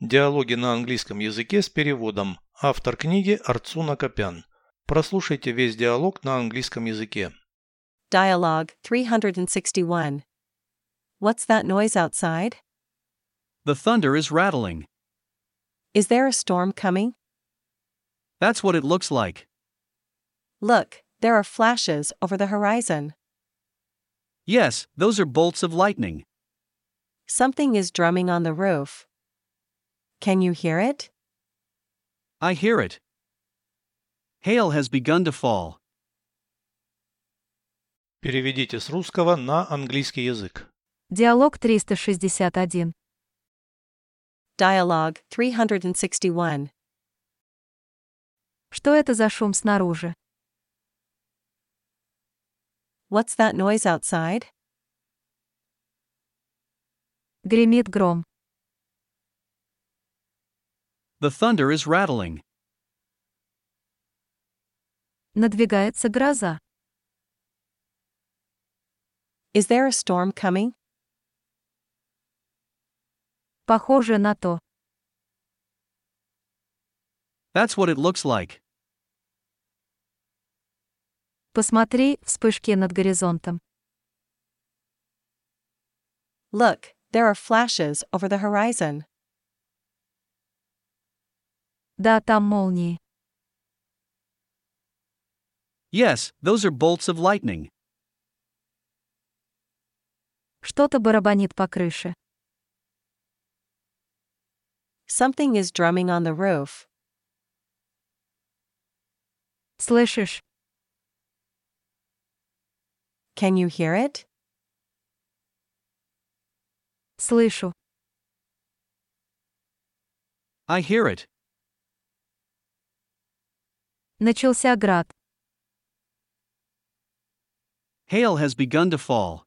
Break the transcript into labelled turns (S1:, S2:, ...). S1: Диалоги на английском языке с переводом. Автор книги Арцуна Копян. Прослушайте весь диалог на английском языке.
S2: Dialogue 361. What's that noise outside?
S3: The thunder is rattling.
S2: Is there a storm coming?
S3: That's what it looks like.
S2: Look, there are flashes over the horizon.
S3: Yes, those are bolts of lightning.
S2: Something is drumming on the roof. Can you hear it?
S3: I hear it. Hail has begun to fall.
S1: Переведите с русского на английский язык.
S4: Диалог 361.
S2: Dialogue 361.
S4: Что это за шум снаружи?
S2: What's that noise outside?
S4: Гремит гром.
S3: The thunder is rattling.
S4: Надвигается гроза.
S2: Is there a storm coming?
S4: Похоже на то.
S3: That's what it looks like.
S4: Посмотри, вспышки над горизонтом.
S2: Look, there are flashes over the horizon.
S4: Да, там молнии.
S3: Yes, those are bolts of lightning.
S4: Что-то барабанит по крыше.
S2: Something is drumming on the roof.
S4: Слышишь?
S2: Can you hear it?
S4: Слышу.
S3: I hear it.
S4: Начался град.
S3: Hail has begun to fall.